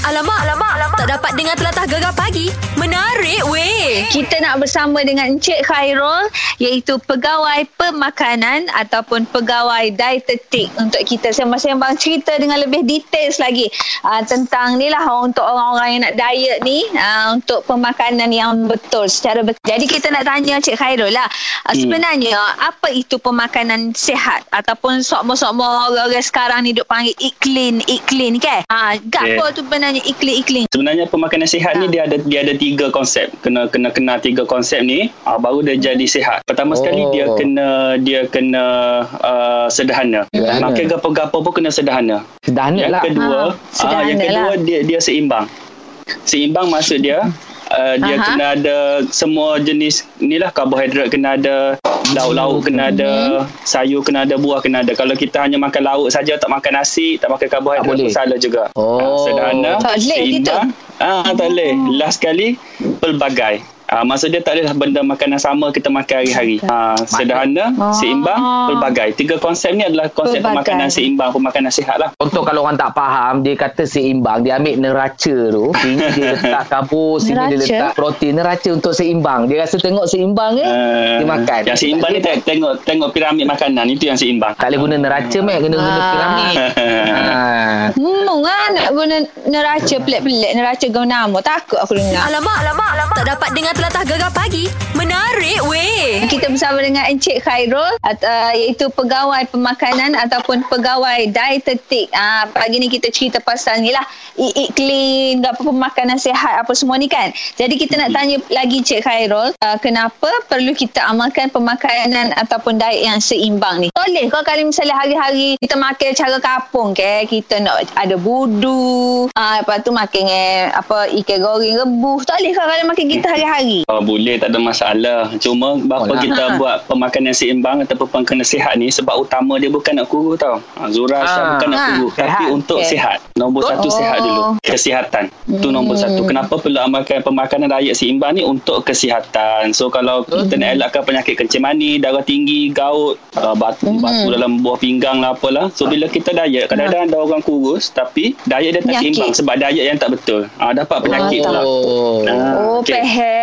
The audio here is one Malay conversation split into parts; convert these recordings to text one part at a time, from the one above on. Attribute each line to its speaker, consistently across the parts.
Speaker 1: Alamak, alamak, alamak. Tak dapat dengar telatah gegar pagi. Menarik weh.
Speaker 2: Eh, Kita nak bersama dengan Encik Khairul iaitu pegawai pemakanan ataupun pegawai dietetik untuk kita sembang-sembang cerita dengan lebih details lagi uh, tentang ni lah untuk orang-orang yang nak diet ni uh, untuk pemakanan yang betul secara betul. Jadi kita nak tanya Encik Khairul lah uh,
Speaker 3: Hmm.
Speaker 2: sebenarnya apa itu pemakanan sihat ataupun sokmo-sokmo orang-orang sekarang ni duk panggil iklin, iklin kan? Ha, gak
Speaker 3: Yeah.
Speaker 2: yeah. tu sebenarnya iklin, iklin?
Speaker 3: Sebenarnya pemakanan sihat ni dia ada dia ada tiga konsep. Kena kena kena tiga konsep ni ah, baru dia jadi sihat. Pertama sekali
Speaker 4: Oh.
Speaker 3: dia kena dia kena uh, sederhana.
Speaker 4: Sederhana.
Speaker 3: Makan gapo-gapo pun kena sederhana.
Speaker 4: Sederhana
Speaker 3: Yang
Speaker 4: lah.
Speaker 3: kedua,
Speaker 2: Ha,
Speaker 3: ha, ah yang
Speaker 2: sederhana
Speaker 3: kedua
Speaker 2: lah.
Speaker 3: dia dia seimbang. Seimbang maksud dia uh, dia
Speaker 2: Hmm. Aha.
Speaker 3: kena ada semua jenis ni lah karbohidrat kena ada, lauk-lauk kena
Speaker 2: Hmm.
Speaker 3: ada, sayur kena ada, buah kena ada. Kalau kita hanya makan lauk saja tak makan nasi, tak makan
Speaker 4: Tak
Speaker 3: karbohidrat
Speaker 4: boleh.
Speaker 3: pun salah juga.
Speaker 4: Oh.
Speaker 3: Ah, sederhana,
Speaker 2: Tak boleh Hmm.
Speaker 3: seimbang. Ah tak boleh. Last sekali pelbagai. Ah maksud dia tak adalah benda makanan sama kita makan hari-hari. Ah sederhana,
Speaker 2: Ah.
Speaker 3: seimbang, pelbagai. Tiga konsep ni adalah konsep
Speaker 2: Pelbagai.
Speaker 3: pemakanan seimbang, pemakanan sihat lah.
Speaker 4: Contoh kalau orang tak faham, dia kata seimbang. Dia ambil neraca tu. Sini dia letak kabur, sini dia
Speaker 2: Neraca?
Speaker 4: letak protein. Neraca untuk seimbang. Dia rasa tengok seimbang ke,
Speaker 3: Uh,
Speaker 4: dia makan.
Speaker 3: Yang seimbang ni tengok, tengok tengok piramid makanan itu yang seimbang.
Speaker 4: Tak boleh guna neraca, Mac. Kena guna
Speaker 2: Ah.
Speaker 4: piramid. Ah.
Speaker 2: Hmm, lah nak guna neraca pelik-pelik, neraca guna nama. Takut aku dengar.
Speaker 1: Alamak, alamak, alamak. Tak dapat dengar telatah gegar pagi. Menarik
Speaker 3: Eh,
Speaker 1: weh.
Speaker 2: Kita bersama dengan Encik Khairul at- uh, iaitu pegawai pemakanan ataupun pegawai dietetik. Ah pagi ni kita cerita pasal ni lah eat, eat clean, apa pemakanan sihat apa semua ni kan. Jadi kita nak tanya lagi Encik Khairul uh, kenapa perlu kita amalkan pemakanan ataupun diet yang seimbang ni. Boleh kau kalau misalnya hari-hari kita makan cara kapung ke kita nak ada budu, ah lepas tu makan eh, apa ikan goreng rebus. Tak boleh kau kalau makan kita hari-hari.
Speaker 3: Oh, boleh tak ada masalah. Cuma bapa
Speaker 4: Oh, lah.
Speaker 3: kita buat pemakanan seimbang ataupun pemakanan sihat ni sebab utama dia bukan nak kurus tau. Ha, Zura
Speaker 4: Ah.
Speaker 3: ha. bukan nak
Speaker 2: Ah,
Speaker 3: kurus tapi
Speaker 4: sihat.
Speaker 3: untuk
Speaker 2: Okay.
Speaker 3: sihat. Nombor satu
Speaker 2: Oh.
Speaker 3: sihat dulu. Kesihatan. Tu nombor satu. Kenapa perlu amalkan pemakanan diet seimbang ni untuk kesihatan. So kalau kita nak elakkan penyakit kencing mani, darah tinggi, gout, uh, batu, batu dalam buah pinggang lah apalah. So bila kita diet kadang-kadang ada orang kurus tapi diet dia tak
Speaker 2: Penyakit.
Speaker 3: seimbang sebab diet yang tak betul. Ah dapat penyakit tu lah.
Speaker 4: Oh.
Speaker 3: Ah,
Speaker 2: Oh,
Speaker 3: okey.
Speaker 2: okay. pehe.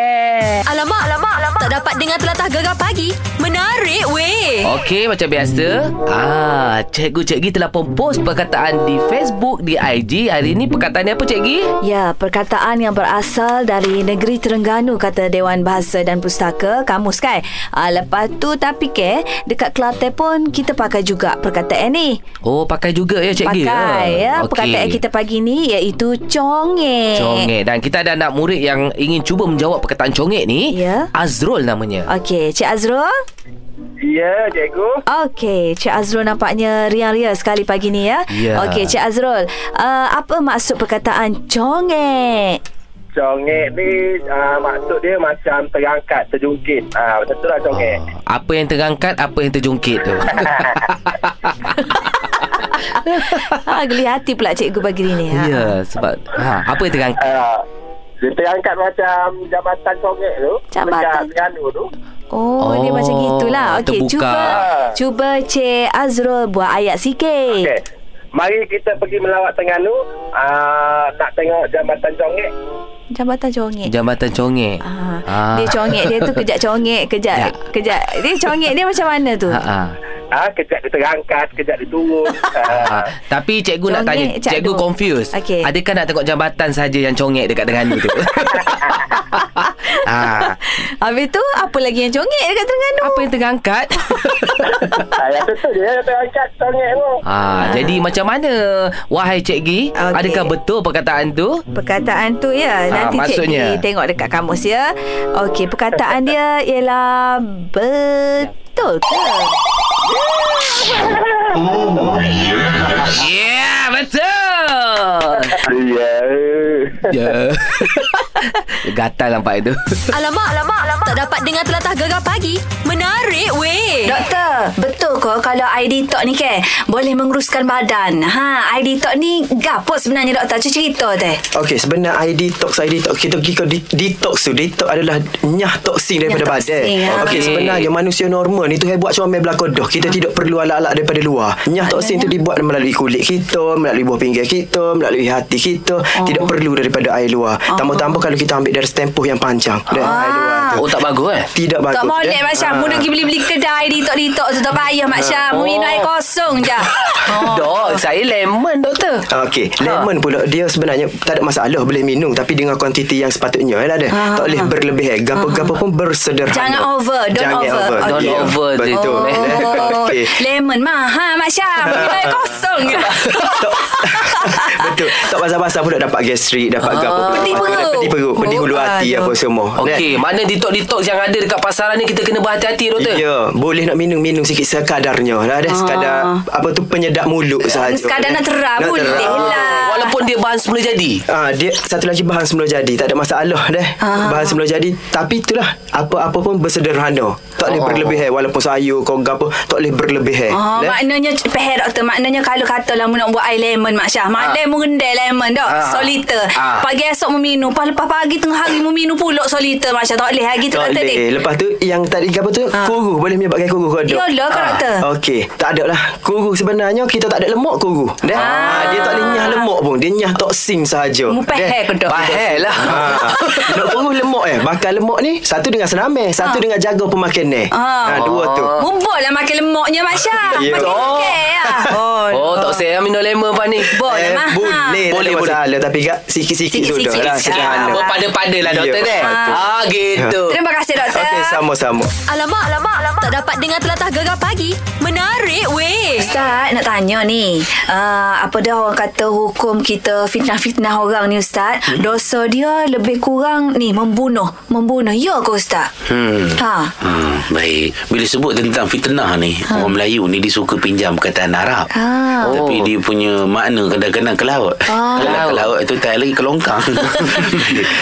Speaker 1: Alamak, alamak, alamak. Tak dapat dengar telatah gegar pagi. Menarik weh.
Speaker 5: Okey macam biasa ah Cikgu-cikgi telah pun post perkataan di Facebook Di IG Hari ini perkataan dia apa cikgi?
Speaker 6: Ya, perkataan yang berasal dari negeri Terengganu kata Dewan Bahasa dan Pustaka kamus kan. Ah lepas tu tapi ke dekat Kelantan pun kita pakai juga perkataan ni.
Speaker 5: Oh pakai juga ya cikgi
Speaker 6: Pakai
Speaker 4: Ah,
Speaker 6: ya,
Speaker 5: Okey.
Speaker 6: perkataan kita pagi ni iaitu congek.
Speaker 5: Congek Dan kita ada anak murid yang ingin cuba menjawab perkataan congek ni
Speaker 6: Ya.
Speaker 5: Azrul namanya
Speaker 6: Okey, Cik Azrul.
Speaker 7: Ya, cikgu.
Speaker 6: Okey, Cik Azrul nampaknya ria-ria sekali pagi ni ya.
Speaker 5: Ya.
Speaker 6: Okey, Cik Azrul. Uh, apa maksud perkataan congek?
Speaker 7: Congek ni uh, maksud dia macam terangkat, terjungkit. Ah, macam tu lah congek.
Speaker 5: ah, Apa yang terangkat Apa yang terjungkit tu
Speaker 6: ha, geli hati pula cikgu pagi ni.
Speaker 5: Ya sebab ha, Apa yang terangkat
Speaker 7: Ah. dia terangkat macam jabatan congek tu.
Speaker 6: Jabatan.
Speaker 7: Dekat Terengganu tu.
Speaker 6: Oh,
Speaker 5: Oh,
Speaker 6: dia macam gitulah. Okey,
Speaker 5: terbuka.
Speaker 6: cuba cuba Cik Azrul buat ayat sikit.
Speaker 7: Okey. Mari kita pergi melawat Terengganu. Ah, nak tengok jabatan congek.
Speaker 6: Jabatan congek.
Speaker 5: Jabatan congek
Speaker 6: Eh. Ah,
Speaker 5: Ah.
Speaker 6: Dia congek dia tu kejap congek, kejap
Speaker 5: Kejap.
Speaker 6: kejap. Dia congek dia macam mana tu?
Speaker 5: Ha, ha.
Speaker 7: Ah, kejap dia terangkat, kejap dia turun.
Speaker 5: Ha.
Speaker 7: Ah.
Speaker 5: Tapi cikgu nak tanya
Speaker 6: Congek, Cik
Speaker 5: Cikgu
Speaker 6: Adul.
Speaker 5: confused
Speaker 6: Okey.
Speaker 5: Adakah nak tengok jambatan saja Yang congek dekat Terengganu tu ha.
Speaker 6: Habis tu apa lagi yang congek dekat Terengganu?
Speaker 5: Apa yang terangkat
Speaker 7: Ah, yang tu dia terangkat congek tu.
Speaker 5: ha, Jadi macam mana Wahai cikgi
Speaker 6: Okey.
Speaker 5: Adakah betul perkataan tu
Speaker 6: Perkataan tu ya
Speaker 5: Ah,
Speaker 6: Nanti Cik
Speaker 5: maksudnya.
Speaker 6: Gi tengok dekat kamus ya Okey perkataan dia ialah Betul ke?
Speaker 5: Yeah betul
Speaker 7: Ya.
Speaker 5: Ya yeah. Gatal nampak itu.
Speaker 1: Alamak, alamak, alamak. Tak dapat dengar telatah gegar pagi. Menarik weh.
Speaker 6: Doktor, betul ke kalau ID Talk ni ke boleh menguruskan badan? Ha, ID Talk ni gapo sebenarnya doktor? Cuci cerita teh.
Speaker 8: Okey, sebenar ID detox, ID detox. Kita pergi ke de- detox tu. Detox adalah nyah toksin daripada
Speaker 6: Nyah
Speaker 8: badan.
Speaker 6: toksin, ah.
Speaker 8: Okey,
Speaker 5: Okey.
Speaker 8: sebenarnya manusia normal ni tu hebat comel belakodoh. Kita tidak perlu alat-alat daripada luar. Nyah toksin tu dibuat melalui kulit kita, melalui buah pinggir kita, melalui hati kita. Tidak perlu daripada air luar. Tambah-tambah kalau kita ambil dari tempoh yang panjang. Dari air luar tu.
Speaker 5: Oh tak bagus eh?
Speaker 8: Tidak bagus.
Speaker 6: Tak boleh
Speaker 8: Dan-
Speaker 6: Mak Syah.
Speaker 8: Ah.
Speaker 6: Mu pergi beli-beli kedai di Tok Tok tu tak payah
Speaker 5: Ah.
Speaker 6: Mak Syah. Mu minum air kosong je.
Speaker 5: Dok, saya lemon doktor.
Speaker 8: Okey, lemon pula dia sebenarnya tak ada masalah boleh minum tapi dengan kuantiti yang sepatutnya eh, lah dia.
Speaker 6: Ah.
Speaker 8: tak boleh berlebih eh. Gapo-gapo pun bersederhana.
Speaker 6: Jangan over, don't
Speaker 8: Jangan
Speaker 6: over.
Speaker 8: over.
Speaker 6: Don't
Speaker 8: Ya,
Speaker 5: over tu.
Speaker 8: Betul.
Speaker 6: Oh,
Speaker 8: Okey.
Speaker 6: lemon mahal Mak Syah. Mu minum air kosong je.
Speaker 8: Tak- Betul. Tak pasal-pasal pula dapat gastrik, dapat gapo pula.
Speaker 6: Pedih
Speaker 8: Maka dah
Speaker 6: Ah. perut.
Speaker 8: Pedih perut, pedih hulu
Speaker 6: Oh,
Speaker 8: hati
Speaker 6: aduh.
Speaker 8: apa semua.
Speaker 5: Okey, mana detox-detox yang ada dekat pasaran ni kita kena berhati-hati doktor.
Speaker 8: Ya, boleh nak minum-minum sikit sekadarnya. Dah ada sekadar apa tu penyedap mulut sahaja.
Speaker 6: Ah. Sekadar nak terang
Speaker 8: Nak
Speaker 6: boleh
Speaker 8: terang.
Speaker 6: lah.
Speaker 5: Oh, Walaupun dia bahan semula jadi.
Speaker 8: Ah, dia satu lagi bahan semula jadi tak ada masalah deh. Ah. Bahan semula jadi tapi itulah apa-apa pun bersederhana. Tak boleh
Speaker 5: Oh.
Speaker 8: berlebih eh walaupun sayur kau apa tak boleh berlebih eh.
Speaker 6: Oh, maknanya peh doktor maknanya kalau katalah mu nak buat air lemon mak Syah malam mu rendai lemon dok
Speaker 5: Ah.
Speaker 6: soliter
Speaker 5: Ah.
Speaker 6: pagi esok mu minum lepas, lepas pagi tengah hari mu minum pula soliter mak Syah tak boleh lagi tu
Speaker 8: tak
Speaker 6: doktor ni
Speaker 8: boleh. Lepas tu yang tadi apa tu kan ah. kuru boleh menyebabkan kuru kau dok.
Speaker 6: Yalah kau doktor
Speaker 8: Okey, tak ada lah. Kuru sebenarnya kita tak ada lemak kuru. Deh. Ah. dia tak boleh nyah lemak pun. Dia nyah toksin sahaja.
Speaker 6: mu peh ke dok
Speaker 5: Bahel lah.
Speaker 8: Ah, nak kuru lemak eh. Bakar lemak ni satu dengan senamai, satu dengan jaga pemakanan.
Speaker 6: Ah.
Speaker 8: Ah. dua tu.
Speaker 6: mu buat lah makan lemaknya mak Syah
Speaker 8: Ya.
Speaker 6: makan
Speaker 5: Oh.
Speaker 6: kek lah oh,
Speaker 5: Oh, tak saya minum lemon pak ni.
Speaker 8: Eh,
Speaker 6: boleh mah
Speaker 8: boleh, boleh,
Speaker 5: Boleh,
Speaker 8: boleh.
Speaker 5: boleh.
Speaker 8: Masalah, tapi gak sikit-sikit tu
Speaker 6: Sikit-sikit.
Speaker 8: dah lah. Sederhana.
Speaker 6: Ah,
Speaker 5: Berpada-pada lah doktor
Speaker 8: Ya,
Speaker 5: deh.
Speaker 8: betul.
Speaker 5: Ah, gitu.
Speaker 6: terima kasih doktor
Speaker 8: Okey, sama-sama.
Speaker 1: Alamak, alamak, alamak. Tak dapat dengar telatah gegar pagi. Menarik weh.
Speaker 6: Ustaz nak tanya ni uh, Apa dah orang kata Hukum kita Fitnah-fitnah orang ni Ustaz hmm? Dosa dia lebih kurang Ni membunuh Membunuh Ya ke Ustaz
Speaker 9: Hmm.
Speaker 6: Ha
Speaker 9: Hmm, baik. Bila sebut tentang fitnah ni, ha. orang Melayu ni dia suka pinjam perkataan Arab.
Speaker 6: Ah.
Speaker 9: Tapi dia punya makna kadang-kadang ke laut.
Speaker 6: Ah.
Speaker 9: Kalau ke laut tu tak lagi ke longkang.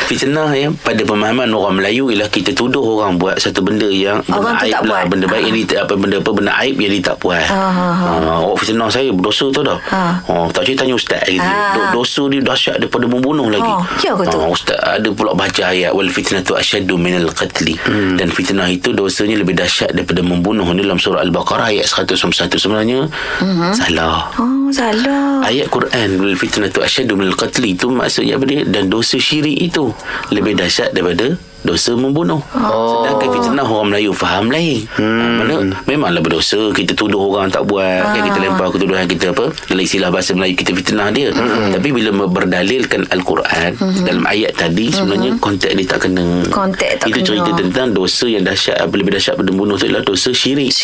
Speaker 9: fitnah ya, pada pemahaman orang Melayu ialah kita tuduh orang buat satu benda yang benda
Speaker 6: Orang tu
Speaker 9: aib
Speaker 6: tak
Speaker 9: lah,
Speaker 6: buat.
Speaker 9: benda baik yang dia, apa benda apa benda aib yang dia tak puas.
Speaker 6: Ah, ah,
Speaker 9: Ah, awak fitnah saya berdosa tu dah.
Speaker 6: Ah.
Speaker 9: Oh, tak cerita tanya ustaz lagi.
Speaker 6: Ah.
Speaker 9: Do- Dosa dia dahsyat daripada membunuh lagi.
Speaker 6: Oh, ya ke tu?
Speaker 9: Ah, Ustaz ada pula baca ayat wal fitnatu asyaddu minal qatli hmm. dan fitnah itu dosanya lebih dahsyat daripada membunuh Ini dalam surah al-baqarah ayat 191 sebenarnya
Speaker 6: Mhm.
Speaker 9: hmm. salah
Speaker 6: Oh salah
Speaker 9: ayat Quran wal fitnatu asyaddu minal qatli itu maksudnya apa dia dan dosa syirik itu lebih dahsyat daripada dosa membunuh oh. sedangkan fitnah orang Melayu faham lain hmm. mana memanglah berdosa kita tuduh orang tak buat kan kita lempar ketuduhan kita apa dalam istilah bahasa Melayu kita fitnah dia hmm. tapi bila berdalilkan Al-Quran hmm. dalam ayat tadi sebenarnya konteks dia tak kena
Speaker 6: Konteks tak
Speaker 9: itu
Speaker 6: kena.
Speaker 9: cerita tentang dosa yang dahsyat apa lebih dahsyat pada membunuh tu ialah dosa syirik Ah,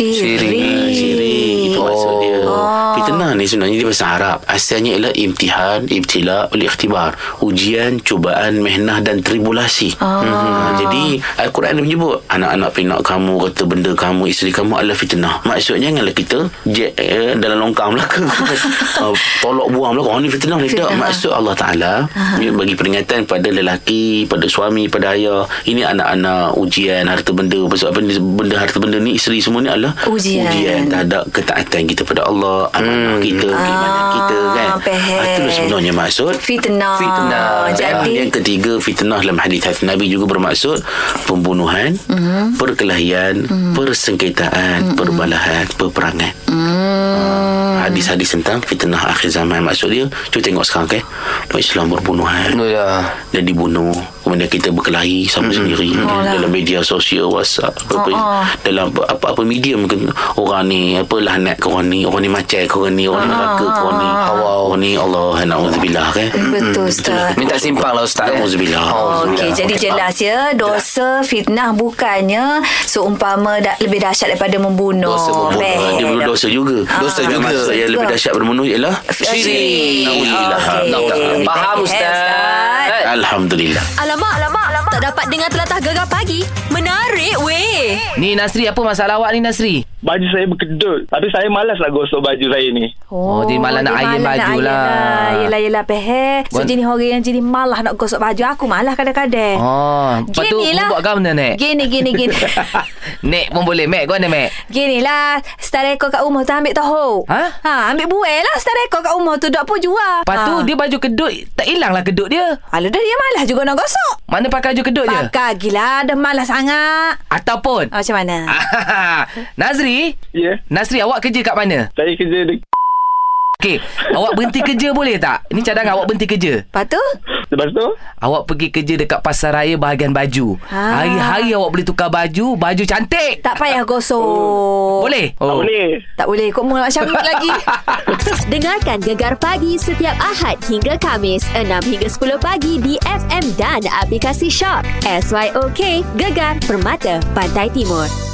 Speaker 9: Syirik Itu oh. maksud dia Fitnah ni sebenarnya Dia bahasa Arab Asalnya ialah Imtihan Ibtila oleh ikhtibar Ujian Cubaan Mehnah dan tribulasi oh. hmm. Jadi Al-Quran dia menyebut Anak-anak pinak kamu Kata benda kamu Isteri kamu adalah fitnah Maksudnya Janganlah kita je, eh, Dalam longkang belaka uh, Tolak buang belaka Oh ni fitnah Ah. ni Tak Maksud Allah Ta'ala dia Bagi peringatan pada lelaki Pada suami Pada ayah Ini anak-anak Ujian Harta benda Pasal apa ni Benda harta benda ni Isteri semua ni adalah
Speaker 6: Ujian.
Speaker 9: ujian terhadap ketaatan kita pada Allah amanah hmm.
Speaker 6: Ah,
Speaker 9: kita keimanan kita kan
Speaker 6: faham.
Speaker 9: Ah, itu sebenarnya maksud
Speaker 6: Fitnah
Speaker 9: fitnah Ah,
Speaker 6: Jadi
Speaker 9: yang ketiga fitnah dalam hadis hadis Nabi juga bermaksud pembunuhan mm. perkelahian mm. persengketaan mm. perbalahan peperangan mm. hadis-hadis tentang fitnah akhir zaman maksud dia cuba tengok sekarang kan okay? Islam berbunuhan
Speaker 5: Oh, ya.
Speaker 9: dan dibunuh kemudian kita berkelahi sama
Speaker 5: Hmm.
Speaker 9: mm-hmm. sendiri oh, dalam media sosial WhatsApp apa, oh, oh. dalam apa- apa-apa media mungkin orang ni apa lahnat ke orang ni orang ni macam ke orang ni
Speaker 6: Ah.
Speaker 9: orang ni neraka ke orang ni awal orang ni Allah na'udzubillah kan
Speaker 6: Betul Ustaz
Speaker 5: Minta simpang lah ustaz. eh.
Speaker 9: na'udzubillah
Speaker 6: Oh, Okey, jadi jelas ya dosa fitnah bukannya seumpama da, lebih dahsyat daripada membunuh.
Speaker 9: dosa membunuh
Speaker 6: Beh,
Speaker 9: dia
Speaker 6: dok-
Speaker 9: berdosa juga dosa
Speaker 6: Ah, juga.
Speaker 9: maksud yang lebih dahsyat berbunuh ialah
Speaker 6: Syirik.
Speaker 9: na'udzubillah
Speaker 6: Okey.
Speaker 9: Na'udzubillah.
Speaker 5: Faham
Speaker 6: Eh,
Speaker 5: ustaz.
Speaker 6: Ustaz.
Speaker 9: Alhamdulillah
Speaker 1: Alamak, alamak, alamak. Tak dapat dengar telatah gegar pagi. Menarik weh.
Speaker 5: Ni Nasri apa masalah awak ni Nasri?
Speaker 7: baju saya berkedut. Tapi saya malas nak gosok baju saya ni.
Speaker 5: Oh, dia malah nak
Speaker 6: dia malah
Speaker 5: iron
Speaker 6: nak
Speaker 5: baju
Speaker 6: iron
Speaker 5: lah.
Speaker 6: Yelah, yelah, peher. So,
Speaker 5: Wan-
Speaker 6: jenis orang yang jenis malah nak gosok baju. Aku malah kadang-kadang.
Speaker 5: Oh, lepas tu
Speaker 6: Gini lah.
Speaker 5: buat kau mana, Nek? Ah,
Speaker 6: Gini, gini, gini.
Speaker 5: Nek pun boleh. Mek, kau mana, Mek?
Speaker 6: Gini lah Setara ekor kat rumah tu Ambil tahu
Speaker 5: Ha?
Speaker 6: ha ambil buai lah Setara ekor kat rumah tu Dok pun jual Ha.
Speaker 5: Lepas tu, dia baju kedut, tak hilanglah kedut dia.
Speaker 6: Alah dah dia malas juga nak gosok
Speaker 5: Mana pakai baju kedut je?
Speaker 6: Pakai gila Dah malas sangat
Speaker 5: Ataupun?
Speaker 6: Ah, Macam mana Ah.
Speaker 5: Nazri?
Speaker 7: Ya. Yeah.
Speaker 5: Nazri, awak kerja kat mana?
Speaker 7: Saya kerja de-
Speaker 5: Okey, awak berhenti kerja boleh tak? Ini cadangan awak berhenti kerja.
Speaker 6: Lepas tu
Speaker 7: Lepas tu,
Speaker 5: Awak pergi kerja dekat pasar raya bahagian baju.
Speaker 6: Ah.
Speaker 5: Hari-hari awak boleh tukar baju, baju cantik.
Speaker 6: Tak payah gosok
Speaker 5: Boleh?
Speaker 7: oh. apa ni?
Speaker 6: Tak boleh Kok mula macam ni lagi
Speaker 1: Dengarkan Gegar Pagi setiap Ahad hingga Kamis 6 hingga 10 pagi di FM dan aplikasi Shock. SYOK Gegar Permata Pantai Timur.